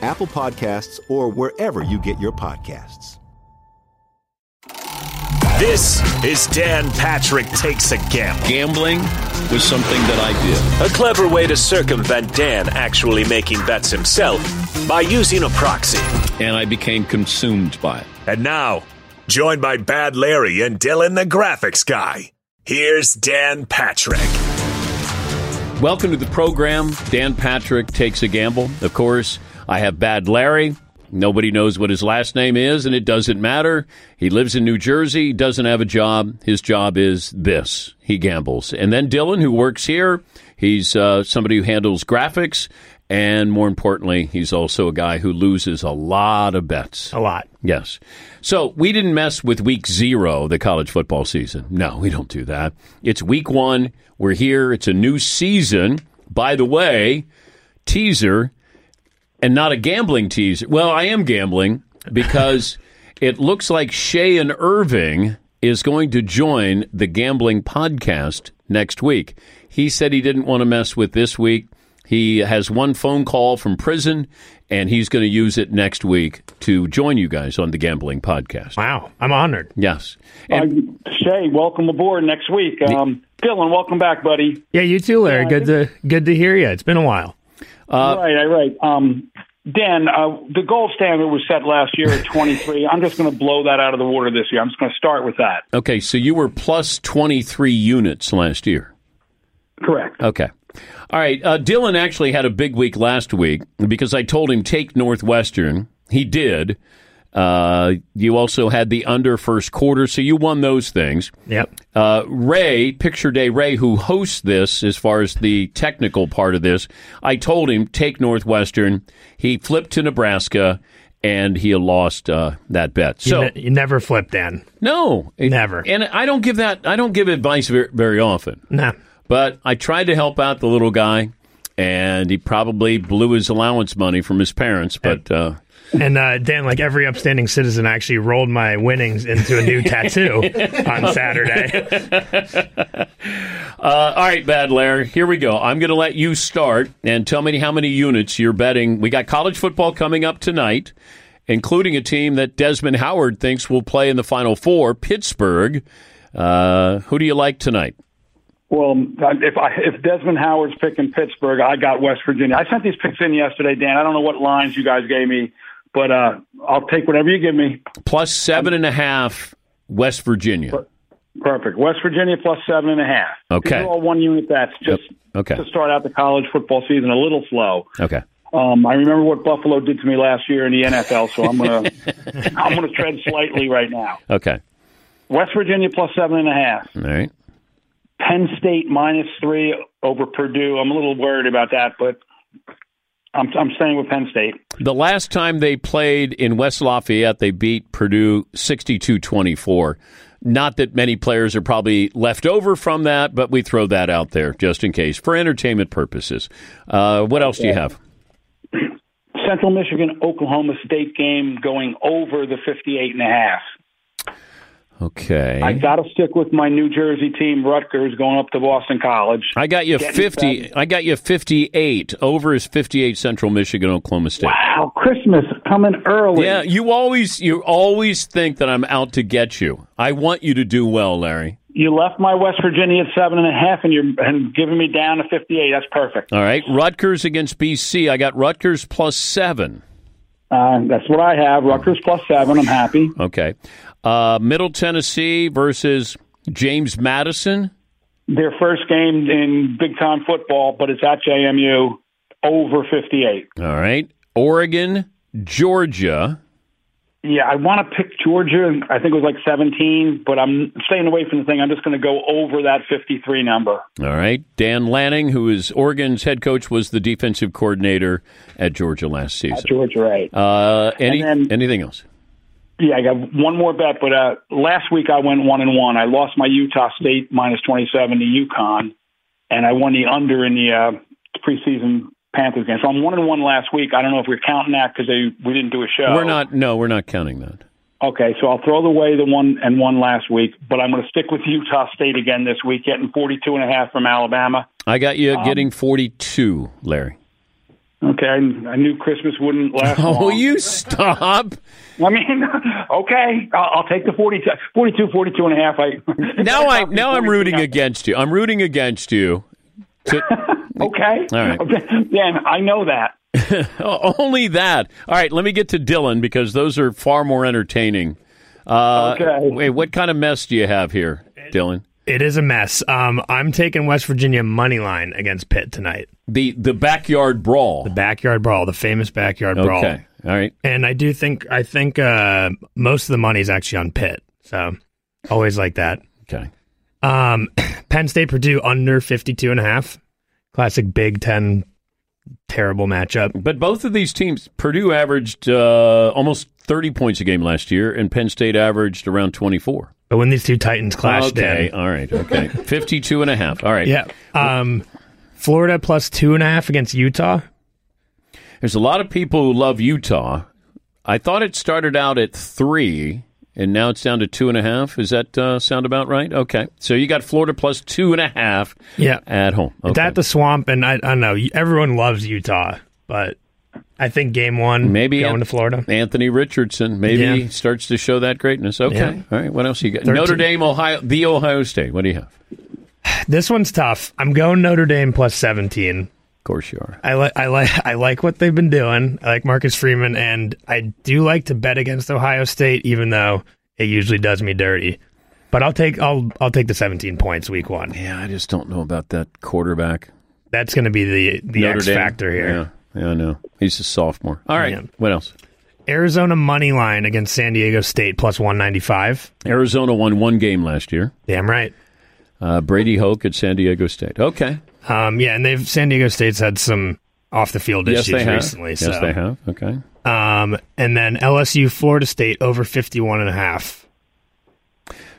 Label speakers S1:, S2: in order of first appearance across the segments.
S1: Apple Podcasts, or wherever you get your podcasts.
S2: This is Dan Patrick Takes a Gamble.
S3: Gambling was something that I did.
S2: A clever way to circumvent Dan actually making bets himself by using a proxy.
S3: And I became consumed by it.
S2: And now, joined by Bad Larry and Dylan the graphics guy, here's Dan Patrick.
S3: Welcome to the program. Dan Patrick Takes a Gamble. Of course, I have Bad Larry. Nobody knows what his last name is, and it doesn't matter. He lives in New Jersey, doesn't have a job. His job is this he gambles. And then Dylan, who works here, he's uh, somebody who handles graphics. And more importantly, he's also a guy who loses a lot of bets.
S4: A lot.
S3: Yes. So we didn't mess with week zero, the college football season. No, we don't do that. It's week one. We're here. It's a new season. By the way, teaser and not a gambling teaser. Well, I am gambling because it looks like Shay and Irving is going to join the gambling podcast next week. He said he didn't want to mess with this week. He has one phone call from prison, and he's going to use it next week to join you guys on the gambling podcast.
S4: Wow. I'm honored.
S3: Yes.
S5: Uh,
S3: And
S5: Shay, welcome aboard next week. Um, Dylan, welcome back, buddy.
S4: Yeah, you too, Larry. Good to good to hear you. It's been a while.
S5: right, all right. Um, Dan, uh, the gold standard was set last year at 23. I'm just going to blow that out of the water this year. I'm just going to start with that.
S3: okay, so you were plus 23 units last year.
S5: Correct.
S3: Okay. All right. Uh, Dylan actually had a big week last week because I told him take Northwestern. He did. Uh, you also had the under first quarter, so you won those things.
S4: Yep.
S3: Uh, Ray, Picture Day Ray, who hosts this as far as the technical part of this, I told him take Northwestern. He flipped to Nebraska and he lost uh, that bet.
S4: You
S3: So
S4: ne- you never flip, Dan.
S3: no,
S4: Never.
S3: And I don't give that. I don't give advice very, very often.
S4: Nah.
S3: But I tried to help out the little guy, and he probably blew his allowance money from his parents. But uh,
S4: And uh, Dan, like every upstanding citizen, I actually rolled my winnings into a new tattoo on Saturday.
S3: uh, all right, Bad Larry, here we go. I'm going to let you start and tell me how many units you're betting. We got college football coming up tonight, including a team that Desmond Howard thinks will play in the Final Four, Pittsburgh. Uh, who do you like tonight?
S5: Well, um, if I, if Desmond Howard's picking Pittsburgh, I got West Virginia. I sent these picks in yesterday, Dan. I don't know what lines you guys gave me, but uh, I'll take whatever you give me.
S3: Plus seven and a half, West Virginia.
S5: Perfect. West Virginia plus seven and a half.
S3: Okay.
S5: These are all one unit bets just
S3: Okay.
S5: to start out the college football season a little slow.
S3: Okay.
S5: Um, I remember what Buffalo did to me last year in the NFL, so I'm gonna I'm gonna tread slightly right now.
S3: Okay.
S5: West Virginia plus seven and a half.
S3: All right.
S5: Penn State minus three over Purdue. I'm a little worried about that, but I'm I'm staying with Penn State.
S3: The last time they played in West Lafayette, they beat Purdue 62 24. Not that many players are probably left over from that, but we throw that out there just in case for entertainment purposes. Uh, what else do you have?
S5: Central Michigan Oklahoma State game going over the 58 and a half.
S3: Okay.
S5: I got to stick with my New Jersey team, Rutgers, going up to Boston College.
S3: I got you
S5: Getting
S3: fifty. I got you fifty-eight. Over is fifty-eight. Central Michigan, Oklahoma State.
S5: Wow, Christmas coming early.
S3: Yeah, you always you always think that I'm out to get you. I want you to do well, Larry.
S5: You left my West Virginia at seven and a half, and you're and giving me down to 58. That's perfect.
S3: All right, Rutgers against BC. I got Rutgers plus seven.
S5: Uh, that's what I have. Rutgers plus seven. I'm happy.
S3: Okay, uh, Middle Tennessee versus James Madison.
S5: Their first game in big time football, but it's at JMU. Over 58.
S3: All right, Oregon, Georgia.
S5: Yeah, I want to pick Georgia. I think it was like 17, but I'm staying away from the thing. I'm just going to go over that 53 number.
S3: All right, Dan Lanning, who is Oregon's head coach, was the defensive coordinator at Georgia last
S5: At
S3: season.
S5: Georgia, right?
S3: Uh, any
S5: And then-
S3: anything else?
S5: Yeah, I got one more bet, but uh, last week I went one and one. I lost my Utah State minus twenty seven to UConn, and I won the under in the uh, preseason Panthers game. So I'm one and one last week. I don't know if we're counting that because we didn't do a show.
S3: We're not. No, we're not counting that.
S5: Okay, so I'll throw away the one and one last week, but I'm going to stick with Utah State again this week, getting forty two and a half from Alabama.
S3: I got you getting 42, Larry.
S5: Okay, I, I knew Christmas wouldn't last.
S3: Oh,
S5: long.
S3: you stop.
S5: I mean, okay, I'll, I'll take the 42, 42, 42 and a half. I
S3: Now I now I'm rooting against you. I'm rooting against you. To-
S5: Okay.
S3: All right.
S5: Okay. Dan, I know that.
S3: Oh, only that. All right, let me get to Dylan because those are far more entertaining. Uh,
S5: Okay.
S3: Wait, what kind of mess do you have here, Dylan?
S4: It is a mess. Um, I'm taking West Virginia money line against Pitt tonight.
S3: The the backyard brawl.
S4: Backyard brawl, the famous backyard brawl.
S3: okay. All right.
S4: And I do think I think uh, most of the money is actually on Pitt. So always like that.
S3: Okay.
S4: Um, Penn State Purdue under 52 and a half. Classic Big 10 terrible matchup.
S3: But both of these teams, Purdue averaged uh, almost 30 points a game last year, and Penn State averaged around 24.
S4: But when these two Titans clash
S3: okay.
S4: Dan,
S3: All right. Okay. 52 and a half. All right.
S4: Yeah. Um, Florida plus two and a half against Utah.
S3: There's a lot of people who love Utah. I thought it started out at three, and now it's down to two and a half. Is that uh, sound about right? Okay. So you got Florida plus two and a half
S4: Yeah.
S3: at home.
S4: It's
S3: Okay.
S4: at the swamp, and I, I don't know. Everyone loves Utah, but I think game one,
S3: maybe
S4: going
S3: An-
S4: to Florida.
S3: Anthony Richardson maybe
S4: Yeah.
S3: starts to show that greatness. Okay.
S4: Yeah.
S3: All right. What else you got?
S4: 13.
S3: Notre Dame, Ohio, the Ohio State. What do you have?
S4: This one's tough. I'm going Notre Dame plus 17.
S3: Of course you are.
S4: I like I like I like what they've been doing. I like Marcus Freeman, and I do like to bet against Ohio State, even though it usually does me dirty. But I'll take I'll I'll take the 17 points week one.
S3: Yeah, I just don't know about that quarterback.
S4: That's going to be the the
S3: Notre
S4: X
S3: Dame.
S4: factor here.
S3: Yeah. Yeah, I know. He's a sophomore. All right.
S4: Yeah.
S3: What else?
S4: Arizona money line against San Diego State plus 195.
S3: Arizona won one game last year.
S4: Damn right.
S3: Uh, Brady Hoke at San Diego State. Okay.
S4: Um, yeah, and they've San Diego State's had some off the field
S3: Yes,
S4: issues
S3: they have.
S4: recently.
S3: yes,
S4: so,
S3: they have. Okay.
S4: um, and then LSU Florida State over 51 and a half.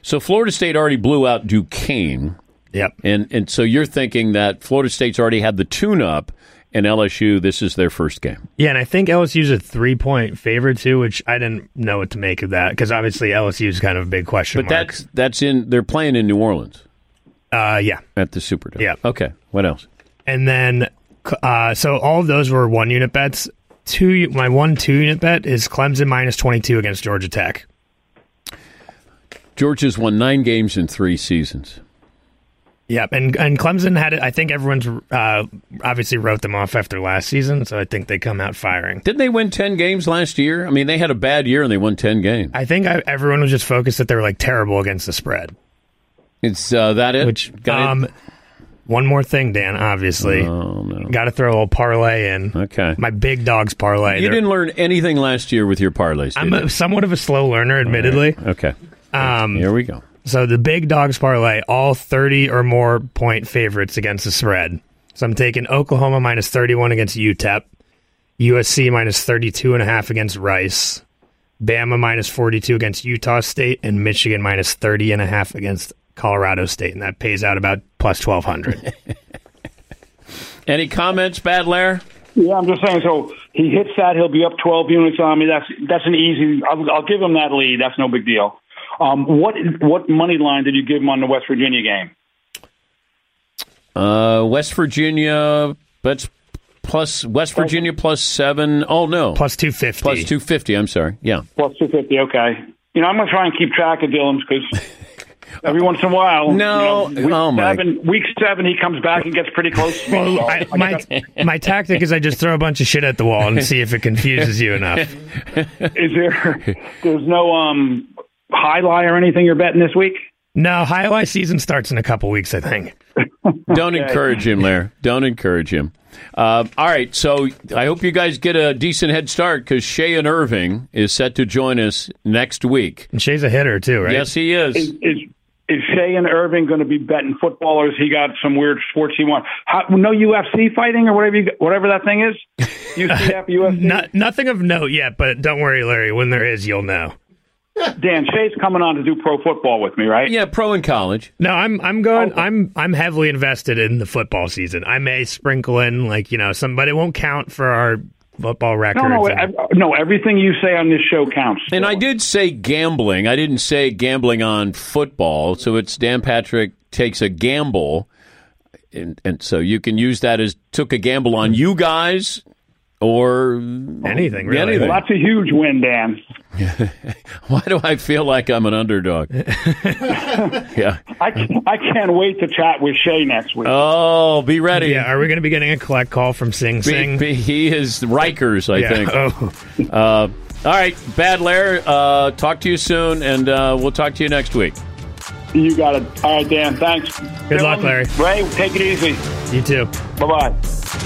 S3: So Florida State already blew out Duquesne,
S4: Yep.
S3: and and so you're thinking that Florida State's already had the tune-up, and LSU this is their first game.
S4: Yeah, and I think LSU's a three point favorite too, which I didn't know what to make of that because obviously LSU's kind of a big question
S3: But
S4: mark.
S3: that's that's in they're playing in New Orleans
S4: uh, yeah,
S3: at the Superdome.
S4: Yeah.
S3: Okay. What else?
S4: and then uh, so all of those were one unit bets. Two, my one two unit bet is Clemson minus twenty two against Georgia Tech.
S3: Georgia's won nine games in three seasons.
S4: Yep, and and Clemson had it. I think everyone's uh, obviously wrote them off after last season, so I think they come out firing.
S3: Didn't they win ten games last year? I mean, they had a bad year and they won ten games.
S4: I think I, everyone was just focused that they were like terrible against the spread.
S3: It's uh, that it.
S4: Which
S3: Got it?
S4: um, one more thing, Dan. Obviously,
S3: Oh no.
S4: got to throw a little parlay in.
S3: Okay.
S4: my big dogs parlay.
S3: You
S4: They're-
S3: didn't learn anything last year with your parlays.
S4: I'm
S3: did
S4: a, somewhat of a slow learner, admittedly.
S3: you? okay.
S4: Um,
S3: Here we go.
S4: so the big dogs parlay, all 30 or more point favorites against the spread. So I'm taking Oklahoma minus 31 against E UTEP, USC minus 32 and a half against Rice, Bama minus 42 against Utah State, and Michigan minus 30 and a half against Colorado State, and that pays out about plus 1200.
S3: Any comments, Bad Lair?
S5: Yeah, I'm just saying. So he hits that, he'll be up 12 units on me. That's that's an easy. I'll, I'll give him that lead. That's no big deal. Um, what what money line did you give him on the West Virginia game?
S3: Uh, West Virginia, that's plus West Virginia plus seven. Oh no,
S4: Plus 250.
S3: plus two fifty. I'm sorry. Yeah,
S5: Plus 250. Okay. You know, I'm going to try and keep track of Dylan's because. Every once in a while,
S3: No,
S5: you know, week
S3: oh, my-
S5: seven, week seven, he comes back and gets pretty close. To me. So
S4: I, my, my tactic is I just throw a bunch of shit at the wall and see if it confuses you enough.
S5: is there? There's no um, high lie or anything you're betting this week.
S4: No, high lie season starts in a couple weeks, I think.
S3: don't encourage him, Lair. Don't encourage him. Uh, all right, so I hope you guys get a decent head start because Shea and Irving is set to join us next week.
S4: And Shay's a hitter too, right?
S3: Yes, he is.
S5: Is is, is Shea and Irving going to be betting football, or has he got some weird sports he wants? How, no UFC fighting or whatever you, whatever that thing is. UCF, UFC.
S4: No- nothing of note yet, but don't worry, Larry. When there is, you'll know.
S5: Dan Shea's coming on to do pro football with me, right?
S3: Yeah, pro in college.
S4: No, I'm I'm going. I'm I'm heavily invested in the football season. I may sprinkle in like you know some, but it won't count for our football records.
S5: No, no,
S4: and-
S5: ev- no. Everything you say on this show counts.
S3: And I did say gambling. I didn't say gambling on football. So it's Dan Patrick takes a gamble. And, and so you can use that as took a gamble on you guys or
S4: anything really.
S3: Anything.
S5: Well, that's a huge win, Dan.
S3: why do I feel like I'm an underdog? yeah.
S5: I can't, I can't wait to chat with Shea next week.
S3: Oh, be ready.
S4: Yeah, are we going to be getting a collect call from Sing
S3: Be-
S4: Sing?
S3: be- he is Rikers, I
S4: yeah.
S3: think.
S4: Oh,
S3: Uh, all right, Bad Lair, uh, talk to you soon, and uh, we'll talk to you next week.
S5: you got it. All right, Dan. Thanks.
S4: Good luck, Larry.
S5: Ray, take it easy.
S4: you too.
S5: Bye bye.